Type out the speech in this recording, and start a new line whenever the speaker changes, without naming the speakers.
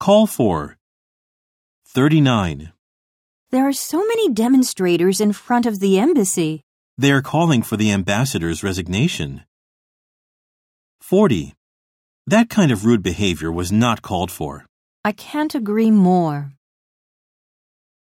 Call for 39.
There are so many demonstrators in front of the embassy.
They are calling for the ambassador's resignation. 40. That kind of rude behavior was not called for.
I can't agree more.